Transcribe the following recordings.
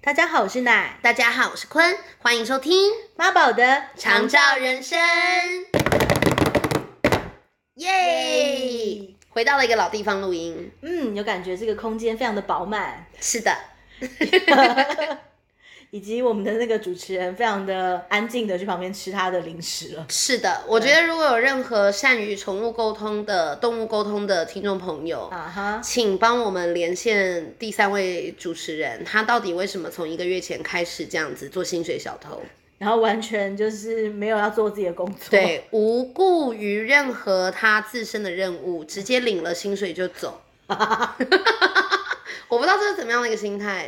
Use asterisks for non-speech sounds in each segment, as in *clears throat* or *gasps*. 大家好，我是奶大家好，我是坤，欢迎收听《妈宝的长照人生》。耶！回到了一个老地方录音。嗯，有感觉这个空间非常的饱满，是的，以及我们的那个主持人非常的安静的去旁边吃他的零食了。是的。我觉得如果有任何善于宠物沟通的、动物沟通的听众朋友，啊哈，请帮我们连线第三位主持人，他到底为什么从一个月前开始这样子做薪水小偷？然后完全就是没有要做自己的工作。， *laughs* 对，无顾于任何他自身的任务，直接领了薪水就走。 *laughs* 我不知道这是怎么样的一个心态，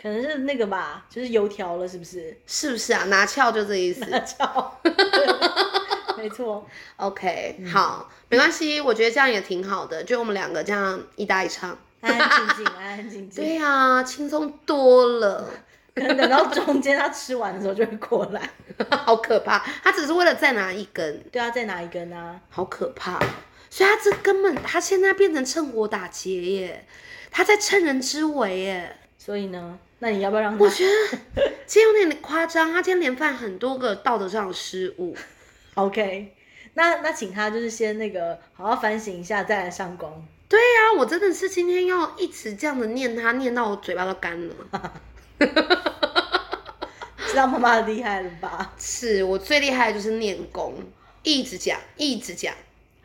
可能是那个吧，就是油条了，是不 *laughs* 是？ *laughs* 是不是啊？拿翘就这意思。操，没错， OK，、好，没关系，我觉得这样也挺好的，就我们两个这样一搭一唱。安安静静，安安静静。 *laughs* 对呀、轻松多了， *laughs* 可能等到中间他吃完的时候就会过来。好可怕！他只是为了再拿一根，对啊，再拿一根啊。好可怕！所以他这根本，他现在变成趁火打劫耶，他在趁人之危耶。所以呢，那你要不要让他我？觉得今天有点夸张，他今天连犯很多个道德上的失误。 OK，那那请他就是先那个好好反省一下，再来上工。对呀、我真的是今天要一直这样的念他，念到我嘴巴都干了。知道妈妈的厉害了吧？是我最厉害的就是念功，一直讲，一直讲。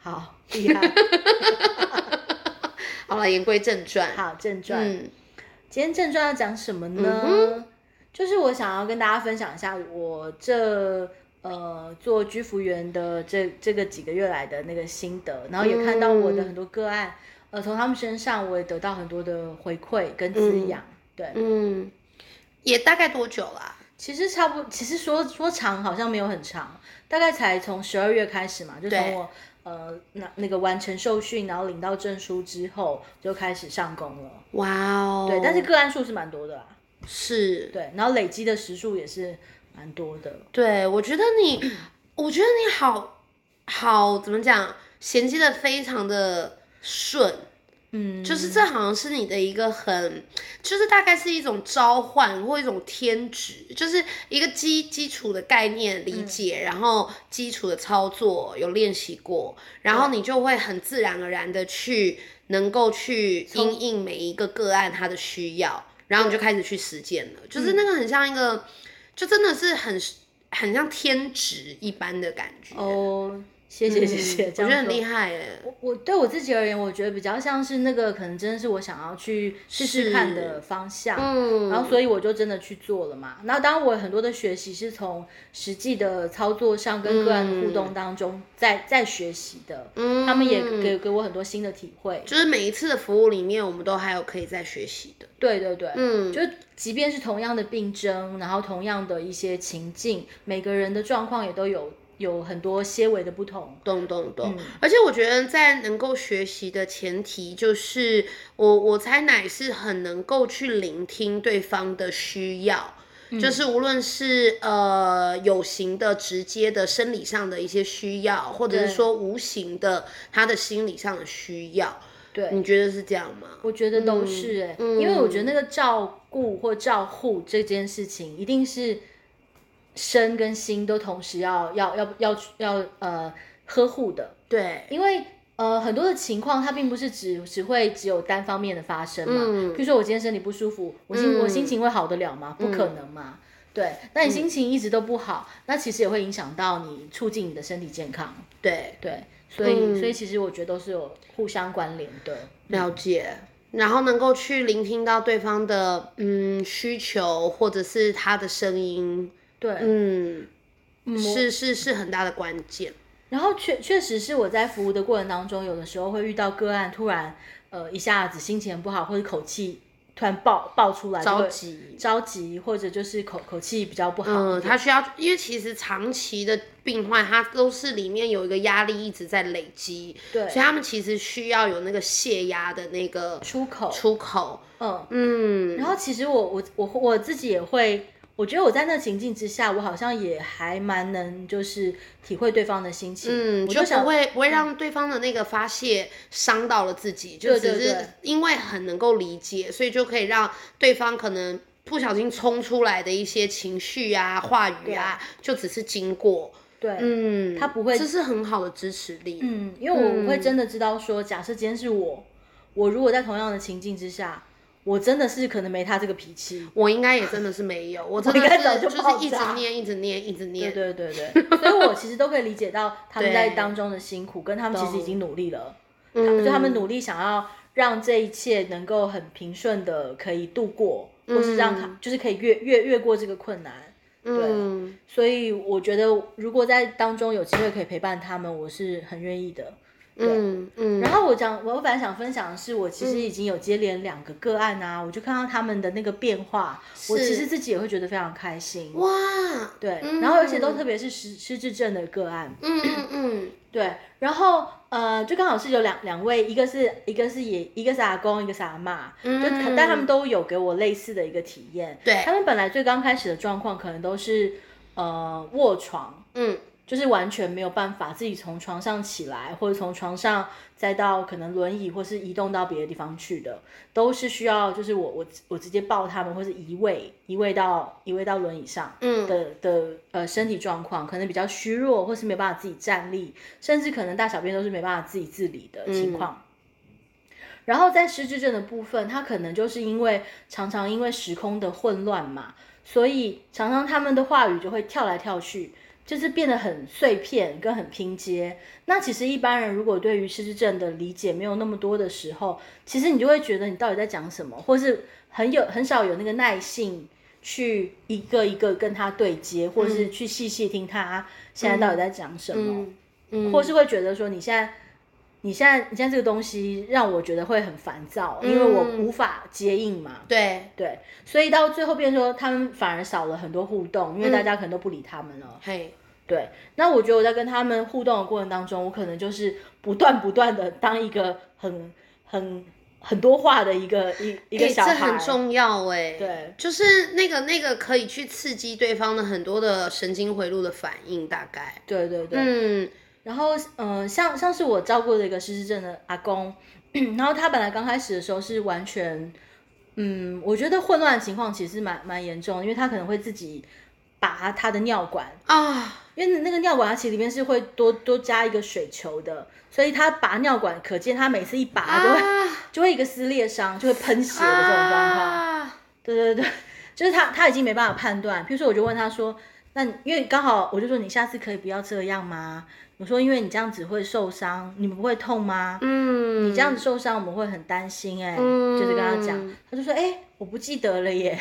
好厉害。好了，言归正传。好， *laughs* 正传。嗯，今天正传要讲什么呢？嗯就是我想要跟大家分享一下我这呃做居服员的这这个几个月来的那个心得，然后也看到我嗯的很多个案，呃，从他们身上我也得到很多的回馈跟滋养。对，嗯，也大概多久啦、其实差不，其实说说长好像没有很长，大概才从十二月开始嘛，就从对我呃那那个完成受训，然后领到证书之后就开始上工了。哇哦，对，但是个案数是蛮多的啦。是，对，然后累积的时数也是蛮多的。对，我觉得你，我觉得你好好怎么讲，衔接的非常的顺，嗯，就是这好像是你的一个很，就是大概是一种召唤或一种天职，就是一个基基础的概念嗯理解，然后基础的操作有练习过，然后你就会很自然而然的去能够去因应每一个个案它的需要，然后你就开始去实践了，嗯就是那个很像一个，就真的是很很像天职一般的感觉。哦，谢谢谢谢，嗯我这样觉得很说厉害耶。我我对我自己而言，我觉得比较像是那个，可能真的是我想要去试试看的方向。嗯，然后所以我就真的去做了嘛。那当然，我很多的学习是从实际的操作上跟个案的互动当中在、在学习的。嗯，他们也给给我很多新的体会。就是每一次的服务里面，我们都还有可以再学习的。对对对，嗯就即便是同样的病症，然后同样的一些情境，每个人的状况也都有有很多些微的不同。懂懂懂，嗯而且我觉得在能够学习的前提，就是我我猜奶是很能够去聆听对方的需要，嗯就是无论是呃有形的、直接的生理上的一些需要，或者对是说无形的他的心理上的需要，对，你觉得是这样吗？我觉得都是哎、嗯因为我觉得那个照顾或照护这件事情，一定是身跟心都同时要要要要要呃呵护的，对，因为呃很多的情况它并不是只只会只有单方面的发生嘛。嗯比如说我今天身体不舒服，我心、我心情会好得了吗？不可能嘛。对，嗯那你心情一直都不好，那其实也会影响到你，促进你的身体健康。对，嗯对，所以、所以其实我觉得都是有互相关联的。了解，然后能够去聆听到对方的嗯需求，或者是他的声音，对，嗯，是是是很大的关键。然后确确实是我在服务的过程当中，有的时候会遇到个案突然呃一下子心情不好，或者口气突然爆爆出来，着就会急着急，或者就是口口气比较不好。嗯，他需要，因为其实长期的病患，他都是里面有一个压力一直在累积，对所以他们其实需要有那个泄压的那个出口，出口。嗯。嗯，然后其实我我我我自己也会，我觉得我在那情境之下，我好像也还蛮能就是体会对方的心情。嗯，我就就不想会不会让对方的那个发泄伤到了自己，就对只对对是因为很能够理解，所以就可以让对方可能不小心冲出来的一些情绪啊、话语啊，就只是经过。对，嗯，他不会这是很好的支持力。嗯，因为我我会真的知道说，假设今天是我，我如果在同样的情境之下，我真的是可能没他这个脾气。我应该也真的是没 *laughs* 有，我真的应该早是就就爆是一直炸念、一直念、一直对念。对对对，所以我其实都可以理解到他们在对当中的辛苦，跟他们其实已经努力了，嗯就他们努力想要让这一切能够很平顺的可以度过，或是让他就是可以越越越过这个困难。嗯，所以我觉得，如果在当中有机会可以陪伴他们，我是很愿意的。嗯嗯，然后我讲，我本来想分享的是，我其实已经有接连两个个案啊，我就看到他们的那个变化，我其实自己也会觉得非常开心。哇，对，嗯然后而且都特别是失失智症的个案，嗯嗯嗯，对，然后呃，就刚好是有两两位，一个是一个是也一个是阿公，一个是阿嬷，就嗯但他们都有给我类似的一个体验。对他们本来最刚开始的状况可能都是呃卧床，嗯，就是完全没有办法自己从床上起来，或者从床上再到可能轮椅或是移动到别的地方去的，都是需要就是我我我直接抱他们，或是移位移位到移位到轮椅上，嗯的的呃身体状况可能比较虚弱，或是没有办法自己站立，甚至可能大小便都是没办法自己自理的情况。然后在失智症的部分，他可能就是因为常常因为时空的混乱嘛，所以常常他们的话语就会跳来跳去，就是变得很碎片跟很拼接。那其实一般人如果对于失智症的理解没有那么多的时候，其实你就会觉得你到底在讲什么，或是很有很少有那个耐性去一个一个跟他对接，或是去细细听他现在到底在讲什么。嗯，或是会觉得说你现在。你现在你现在这个东西让我觉得会很烦躁，因为嗯我无法接应嘛，对，对，所以到最后变成说他们反而少了很多互动，因为大家可能都不理他们了。嗯嘿，对，那我觉得我在跟他们互动的过程当中，我可能就是不断不断的当一个很很很多话的一个一一个欸小这孩，很重要哎，对，就是那个那个可以去刺激对方的很多的神经回路的反应，大概，对对对，嗯然后，嗯、像像是我照顾的一个失智症的阿公， *clears throat* 然后他本来刚开始的时候是完全，嗯，我觉得混乱的情况其实蛮蛮严重的，因为他可能会自己拔他的尿管，啊，因为那个尿管它其实里面是会多多加一个水球的，所以他拔尿管，可见他每次一拔就会、啊就会一个撕裂伤，就会喷血的这种状况。啊对 *laughs* 对对，就是他他已经没办法判断。比如说，我就问他说：“那你因为刚好我就说你下次可以不要这样吗？”我说：“因为你这样子会受伤，你们不会痛吗？嗯，你这样子受伤，我们会很担心、哎、嗯就是跟他讲，他就说：“哎、我不记得了耶。”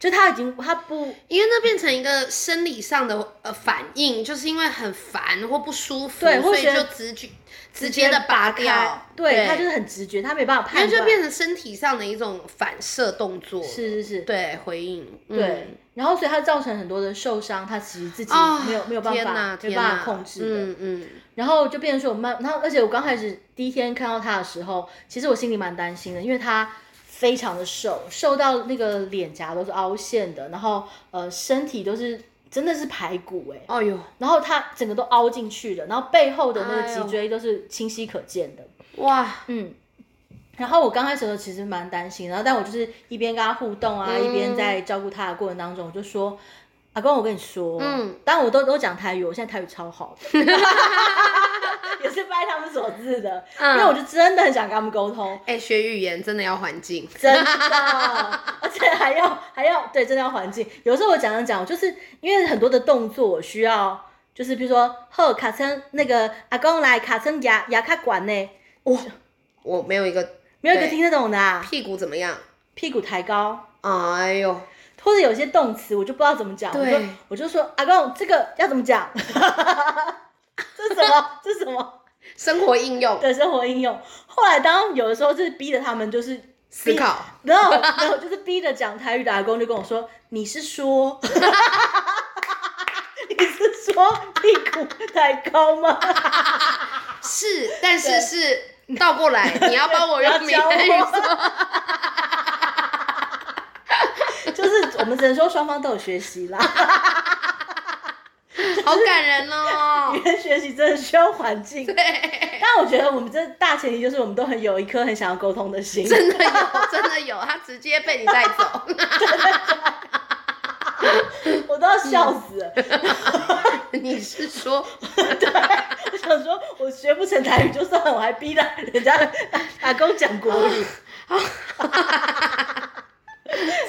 就他已经他不因为那变成一个生理上的呃反应，就是因为很烦或不舒服，对或所以觉就得直接直接的拔掉他，对他就是很直觉，他没办法因为判就断。变成身体上的一种反射动作，是是是，对回应，嗯对，然后所以他造成很多的受伤，他其实自己啊，没有、没有办天法哪没天办哪法控制的。嗯嗯，然后就变成说我慢，然后而且我刚开始第一天看到他的时候，其实我心里蛮担心的，因为他非常的瘦，瘦到那个脸颊都是凹陷的，然后呃身体都是真的是排骨哎、哦呦，然后他整个都凹进去的，然后背后的那个哎脊呦椎都是清晰可见的，哇，嗯。然后我刚开始的时候其实蛮担心，然后但我就是一边跟他互动啊，一边在照顾他的过程当中，我就说：“阿公，我跟你说，嗯，但我都都讲台语，我现在台语超好的，也是拜他们所赐的，嗯因为我就真的很想跟他们沟通，哎、学语言真的要环境，真的， *laughs* 而且还要还要对，真的要环境。有时候我讲讲讲，就是因为很多的动作，我需要就是比如说，呵，卡称那个阿公来卡称牙牙卡管呢，我没有一个没有一个对听得懂的、啊，屁股怎么样，屁股抬高。哎呦，或者有些动词我就不知道怎么讲，我对就我就说阿公这个要怎么讲？ *laughs* 这是什么？这是什么？生活应用对生活应用。后来当有的时候就是逼着他们，就是思考，然后然后就是逼着讲台语的阿公就跟我说：“你是说， *laughs* 你是说屁股太高吗？是，但对是是倒过来，你要帮我 *laughs* 用你闽要教南语我说。 *laughs* 就是我们只能说双方都有学习啦。”好感人哦 *laughs* 语！言学习真的需要环境，对，但我觉得我们这大前提就是我们都很有一颗很想要沟通的心。真的有，真的有，他直接被你带走。 *laughs* 我都要笑死了。你是说，我想说，我学不成台语就算了，我还逼他人家阿公讲国语，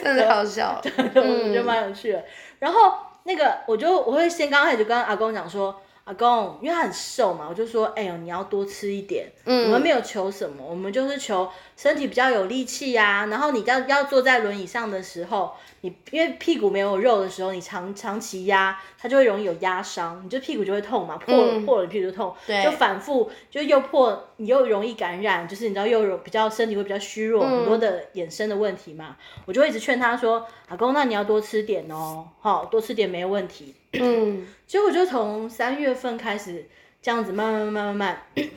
真的好 *laughs* 笑。哦嗯我觉得蛮有趣的。然后那个，我就我会先刚开始就跟阿公讲说。阿公，因为他很瘦嘛，我就说，哎呦，你要多吃一点。嗯，我们没有求什么，我们就是求身体比较有力气呀、然后你要要坐在轮椅上的时候，你因为屁股没有肉的时候，你长长期压，它就会容易有压伤，你就屁股就会痛嘛，破了、嗯破了屁股就痛。对就反复，就又破，你又容易感染，就是你知道又有比较身体会比较虚弱，嗯很多的衍生的问题嘛。我就会一直劝他说：“阿公，那你要多吃点哦，好、多吃点没问题。嗯，”结果就从三月份开始这样子，慢慢慢慢慢慢， *coughs*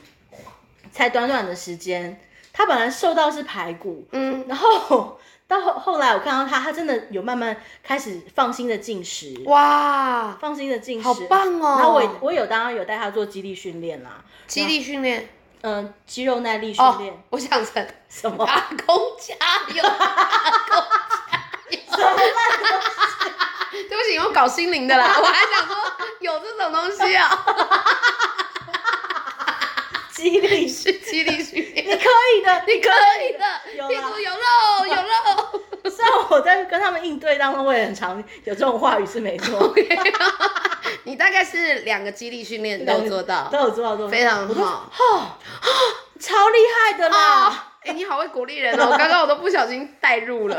才短短的时间，他本来瘦到是排骨，嗯，然后到后后来我看到他，他真的有慢慢开始放心的进食，哇，放心的进食，好棒哦！然后我也我有当然有带他做肌力训练啦，激励训练嗯、肌肉耐力训哦练、，我想成什么？ *laughs* 打工加油，什么烂对不起，我搞心灵的啦，我还想说有这种东西啊，肌力？是激励训练，你可以的，你可以有的，啦屁股有肉，有肉。虽然我在跟他们应对当中，我也很常有这种话语是没 *laughs* 错，你大概是两个激励训练都做到，都有做到，都有做到非常好。哦， *gasps* 超厉害的哦啦！，哎、你好会鼓励人 *laughs* 哦！我刚刚我都不小心带入了。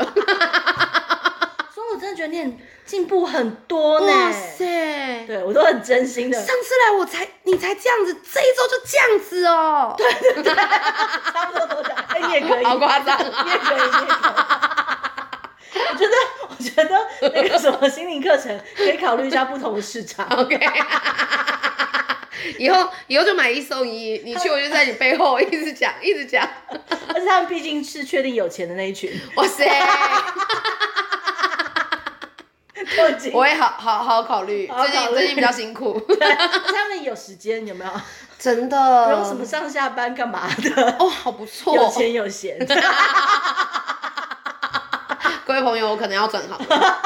所以我真的觉得你很进步很多呢。啊哇塞！对我都很真心 *laughs* 的，上次来我才你才这样子，这一周就这样子哦。对，差不多都讲，哎，你也可以，好夸张啊你也可以，你也可以。我觉得，我觉得那个什么心灵课程可以考虑一下不同的市 *laughs* 场。 OK，以后以后就买一送一，你去我就在你背后一直讲一直讲，而且他们毕竟是确定有钱的那一 *laughs* 群，哇塞，都已经我也好好好考虑，好好最考近虑最近比较辛苦，对他们有时间有没有？呃真不的用什么上下班干嘛的，哦，好不错，有钱有 *laughs* 闲。各位朋友，我可能要转行了，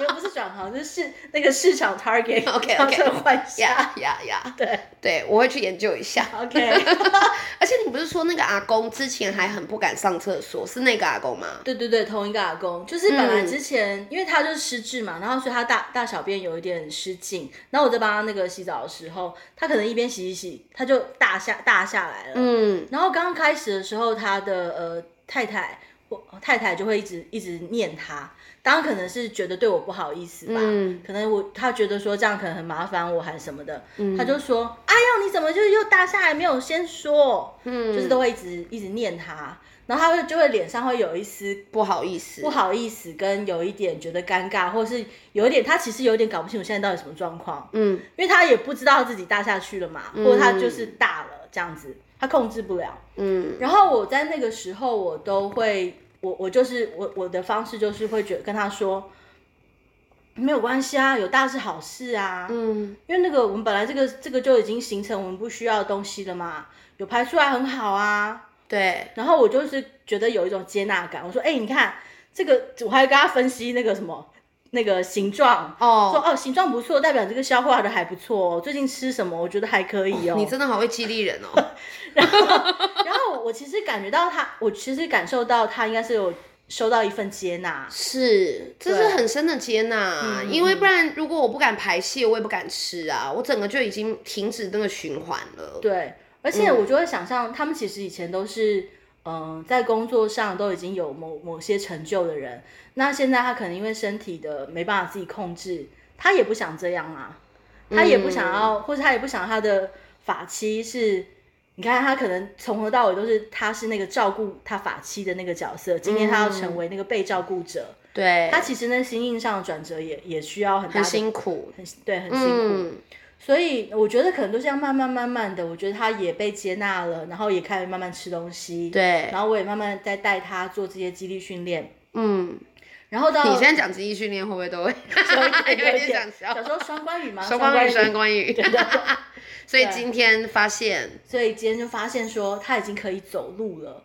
也不是转行，就是那个市场 target， *laughs* OK，OK 要转换一下。呀呀呀， *laughs* 对对，我会去研究一下。 ，OK，而且你不是说那个阿公之前还很不敢上厕所，是那个阿公吗？ *laughs* 对对对，同一个阿公，就是本来嗯之前、因为他就是失智嘛，然后所以他大大小便有一点失禁，然后我在帮他那个洗澡的时候，他可能一边洗一洗，他就大下大下来了。嗯，然后刚开始的时候，他的呃太太或太太就会一直一直念他，当然可能是觉得对我不好意思吧，嗯可能我他觉得说这样可能很麻烦我还是什么的，嗯他就说：“哎呦，你怎么就是又大下来没有先说？”嗯就是都会一直一直念他，然后他会就会脸上会有一丝。不好意思，不好意思，跟有一点觉得尴尬，或是有一点他其实有一点搞不清楚现在到底什么状况，嗯因为他也不知道自己大下去了嘛，或者他就是大了这样子，他控制不了。嗯然后我在那个时候，我都会，我我就是我我的方式就是会觉跟他说，没有关系啊，有大是好事啊，嗯因为那个我们本来这个这个就已经形成我们不需要的东西了嘛，有排出来很好啊。对，然后我就是觉得有一种接纳感，我说，哎、你看这个，我还跟他分析那个什么那个形状。说哦，哦，形状不错，代表这个消化的还不错哦。最近吃什么？我觉得还可以哦。你真的好会激励人哦，然后我其实感觉到他，我其实感受到他应该是有收到一份接纳。是，这是对很深的接纳，啊嗯因为不然如果我不敢排泄，我也不敢吃啊，我整个就已经停止那个循环了，对，而嗯且我就会想象，他们其实以前都是，嗯、在工作上都已经有某某些成就的人，那现在他可能因为身体的没办法自己控制，他也不想这样啊，他也不想嗯要，或者他也不想他的法妻是。你看，他可能从头到尾都是，他是那个照顾他法妻的那个角色。今天他要成为那个被照顾者，嗯对，他其实那心境上的转折也也需要很大很的辛苦，很对，很辛苦。嗯所以我觉得可能都这样慢慢慢慢的，我觉得他也被接纳了，然后也开始慢慢吃东西，，对，然后我也慢慢在带他做这些肌力训练，嗯然后到你现在讲记忆训练会不会都会？ *laughs* 有一点有 *laughs* 有一点点想，笑小时候双关语嘛，双关语，双双关语。对对对所以今天发现所以今天就发现说他已经可以走路了，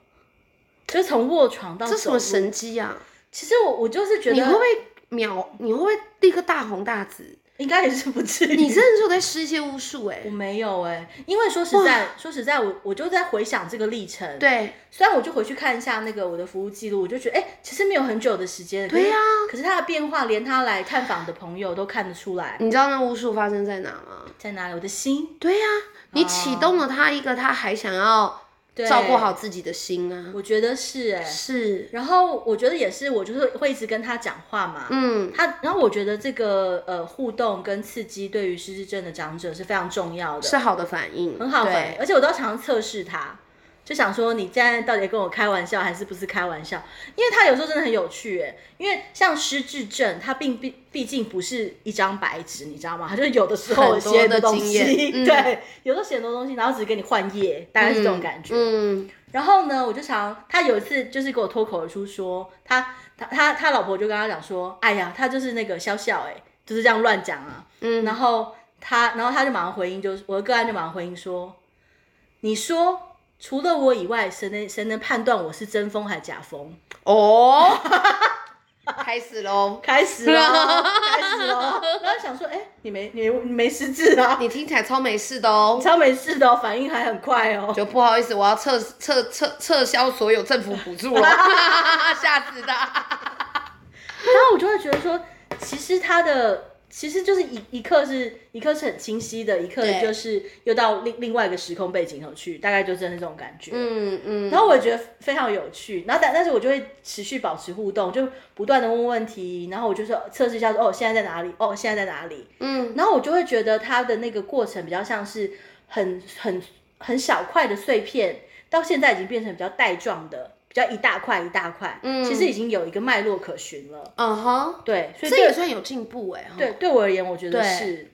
就从卧床到这什走么路。神机啊？其实我我就是觉你会不得会秒？你会不会立刻大红大紫？应该也是不至于。你真的是有在施一些巫术哎、我没有哎、因为说实在说实在，我我就在回想这个历程。，对，虽然我就回去看一下那个我的服务记录，我就觉得哎、其实没有很久的时间。对呀可是他的变化，连他来探访的朋友都看得出来。你知道那巫术发生在哪吗？在哪里？我的心，对呀、哦你启动了他一个，他还想要照顾好自己的心啊。我觉得是哎、是，然后我觉得也是，我就是会一直跟他讲话嘛。嗯，他，然后我觉得这个呃互动跟刺激对于失智症的长者是非常重要的，是好的反应，很好反应对。而且我都要常常测试他，就想说你现在到底在跟我开玩笑还是不是开玩笑？因为他有时候真的很有趣耶，因为像失智症，他并毕毕竟不是一张白纸，你知道吗？他就是有的时候我很多写很的多东经西，验嗯 *laughs* 对，有时候写很多东西，然后只是给你换页，大概是这种感觉。嗯，然后呢，我就常他有一次就是给我脱口而出说，他他他他老婆就跟他讲说，哎呀，他就是那个笑笑哎、就是这样乱讲啊。嗯，然后他然后他就马上回应就是我的个案就马上回应说，你说除了我以外，谁能谁能判断我是真疯还假疯？哦， *laughs* 开始喽。开始了，开始了。然后想说，哎、你没你没你没失智啊，你听起来超没事的哦你，超没事的、哦，反应还很快哦。就不好意思，我要撤撤撤撤销所有政府补助了， *laughs* 吓死他！然后我就会觉得说，其实他的其实就是一一刻是一刻是很清晰的，一刻对就是又到另另外一个时空背景头去，大概就真的是这种感觉。嗯嗯，然后我也觉得非常有趣，然后但但是我就会持续保持互动，就不断的问问题，然后我就说测试一下说哦现在在哪里，哦现在在哪里，嗯，然后我就会觉得他的那个过程比较像是很很很小块的碎片，到现在已经变成比较带状的，比较一大块一大块，嗯，其实已经有一个脉络可循了。嗯哼，对，所以这对也算有进步哎，哈对，对我而言，我觉得对是。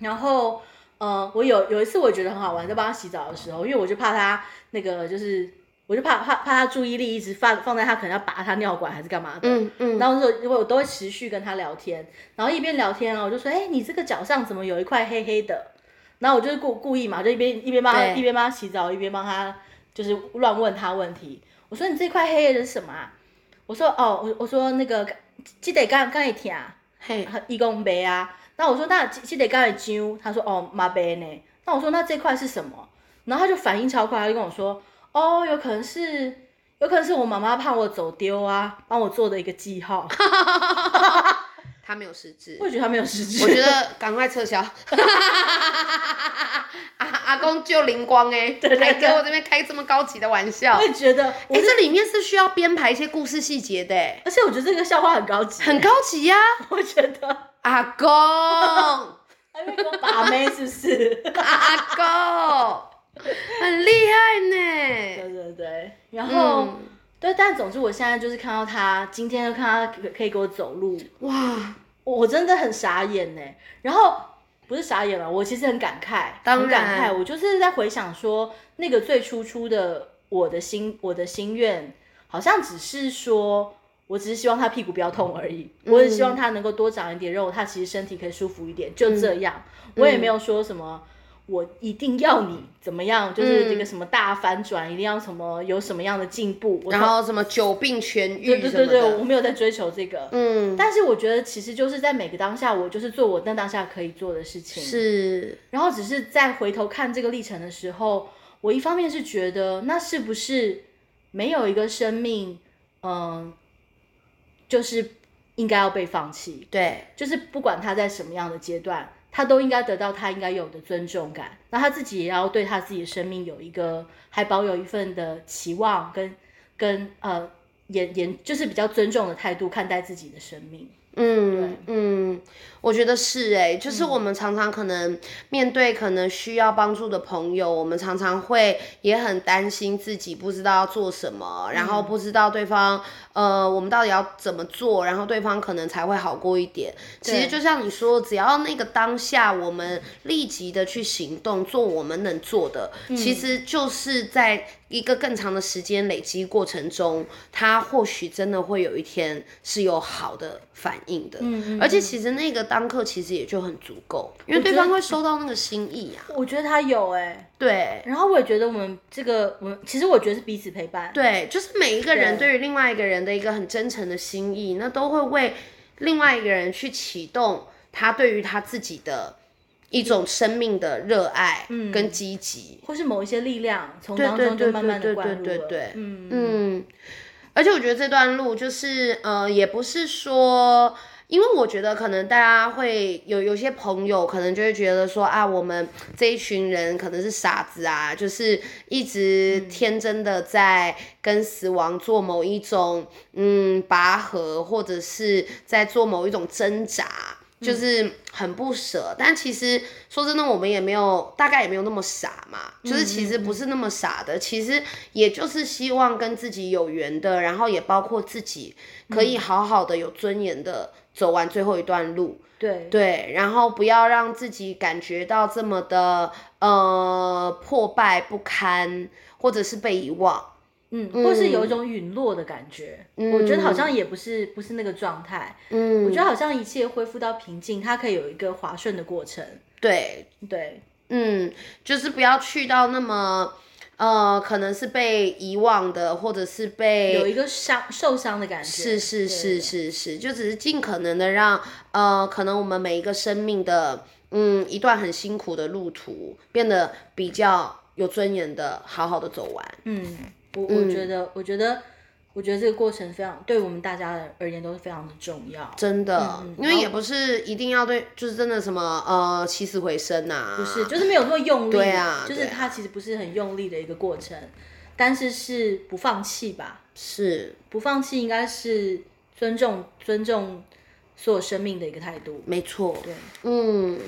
然后，呃，我有有一次我觉得很好玩，在帮他洗澡的时候，因为我就怕他那个，就是我就怕怕怕他注意力一直放放在他可能要拔他尿管还是干嘛的。嗯嗯，然后就因为我都会持续跟他聊天，然后一边聊天啊，我就说，哎、你这个脚上怎么有一块黑黑的？然后我就是故故意嘛，就一边一边帮他对一边帮他洗澡，一边帮他就是乱问他问题。我说你这块黑黑的是什么啊？我说哦，我我说那个记得刚刚一听啊。嘿，义工杯啊。那我说那这这得干的揪，他说哦妈杯呢。那我说那这块是什么？然后他就反应超快，他就跟我说哦，有可能是有可能是我妈妈怕我走丢啊，帮我做的一个记号。他没有失智，我觉得他没有实 *laughs* 质， *laughs* 我觉得赶快 *laughs* 撤销。阿阿公就灵光哎、对对还给我这边开这么高级的玩笑。我哎、也觉得我、这里面是需要编排一些故事细节的、哎，而且我觉得这个笑话很高级，很高级呀、我觉得阿公，阿还会跟我把妹是不 *laughs* 是？阿公，很厉害呢、对对对，然后、嗯对，但总之我现在就是看到他，今天就看他可可以给我走路，哇，我我真的很傻眼呢。然后不是傻眼了，我其实很感慨，当很感然慨。我就是在回想说，那个最初初的我的心，我的心愿，好像只是说。我只是希望他屁股不要痛而已，嗯我也希望他能够多长一点肉，他其实身体可以舒服一点，就这样。嗯我也没有说什么，我一定要你怎么样，就是这嗯个什么大反转，一定要什么有什么样的进步。我然后什么久病痊对愈对什对么对，我的，没有在追求这个，嗯，但是我觉得其实就是在每个当下，我就是做我那当下可以做的事情。，是，然后只是在回头看这个历程的时候，我一方面是觉得那是不是没有一个生命，嗯、就是应该要被放弃，对，就是不管他在什么样的阶段，他都应该得到他应该有的尊重感。那他自己也要对他自己的生命有一个还保有一份的期望跟跟呃。严严就是比较尊重的态度看待自己的生命，嗯嗯，我觉得是哎、就是我们常常可能面对可能需要帮助的朋友，我们常常会也很担心自己不知道要做什么，然后不知道对方、呃我们到底要怎么做，然后对方可能才会好过一点。其实就像你说，只要那个当下我嗯们立即的去行动，做我们能做的，其实就是在一个更长的时间累积过程中，它或许真的会有一天是有好的反应的。嗯嗯而且其实那个当刻其实也就很足够，因为对方会收到那个心意啊。我觉得他有哎、对然后我也觉得我们这个，我们其实我觉得是彼此陪伴，对，就是每一个人对对于另外一个人的一个很真诚的心意，那都会为另外一个人去启动他对于他自己的一种生命的热爱嗯跟积极。或是某一些力量从对当对中对就慢慢的对对灌入对了对嗯嗯嗯，而且我觉得这段路就是呃，也不是说，因为我觉得可能大家会有有些朋友可能就会觉得说啊，我们这一群人可能是傻子啊，就是一直嗯天真的在跟死亡做某一种嗯拔河，或者是在做某一种挣扎。就是很不舍，但其实说真的，我们也没有，大概也没有那么傻嘛。就是其实不是那么傻的，其实也就是希望跟自己有缘的，然后也包括自己可以好好的、有尊严的走完最后一段路。对对，然后不要让自己感觉到这么的呃破败不堪，或者是被遗忘。嗯，或是有一种陨落的感觉，我觉得好像也不是不是那个状态，嗯，我觉得好像一切恢复到平静，它可以有一个滑顺的过程，对，对，嗯，就是不要去到那么呃，可能是被遗忘的，或者是被有一个伤受伤的感觉，是是是对，是是，就只是尽可能的让呃，可能我们每一个生命的嗯一段很辛苦的路途变得比较有尊严的，好好的走完。嗯，我我觉得我觉得我觉得这个过程非常对我们大家而言都是非常的重要，真的，嗯嗯因为也不是一定要对，就是真的什么呃起死回生啊呐、不是，就是没有那么用力，对啊就对是啊它其实不是很用力的一个过程，但是是不放弃吧，是不放弃应该是尊重尊重所有生命的一个态度，没错，对嗯，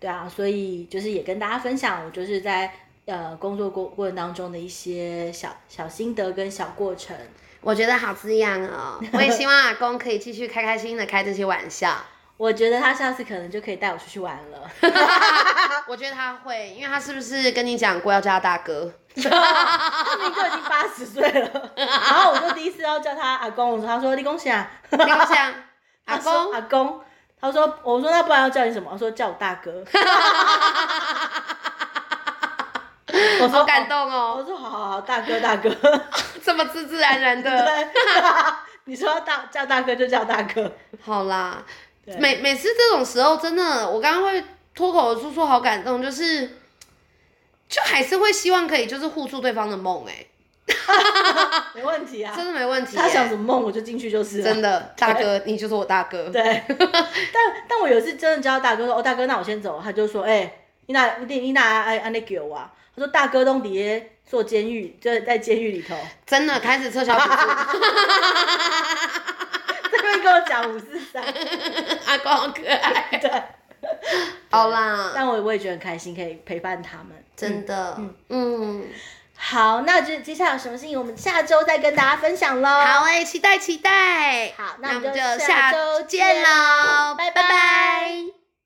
对啊，所以就是也跟大家分享，我就是在呃工作过过程当中的一些小小心得跟小过程，我觉得好滋养哦，我也希望阿公可以继续开开心心的开这些玩笑。我觉得他下次可能就可以带我出去玩了。 *laughs* 我觉得他会，因为他是不是跟你讲过要叫他大 *laughs* 哥？他明明就已经八十岁了，然后我就第一次要叫他阿公，我说他说你恭喜啊，你跟我讲，阿他说公，阿公，他说我说那不然要叫你什么？他说叫我大哥。我好说感，动哦，我说好好好，大哥大哥，这么自自然然 *laughs* 的。对，你说要大叫大哥就叫大哥，好啦，每每次这种时候，真的，我刚刚会脱口而出说好感动，就是，就还是会希望可以就是护住对方的梦、欸，没问题啊哎，。真的没问题、他想欸。什么梦我就进去就是了。真的，大哥，你就是我大哥。对，但但我有一次真的叫大哥说，哦大哥，那我先走了。他就说，哎、你那你你那哎安那给我啊？他说大哥都底下坐监狱，就是在监狱里头。真的开始撤销补 *laughs* 助，这边跟我讲五四三，阿公好可爱。对。好啦，但我我也觉得很开心，可以陪伴他们。真的，嗯，好，那就接下来有什么事情，我们下周再跟大家分享喽。好哎、期待期待。好那那我们就就下下周周见见喽，拜拜拜拜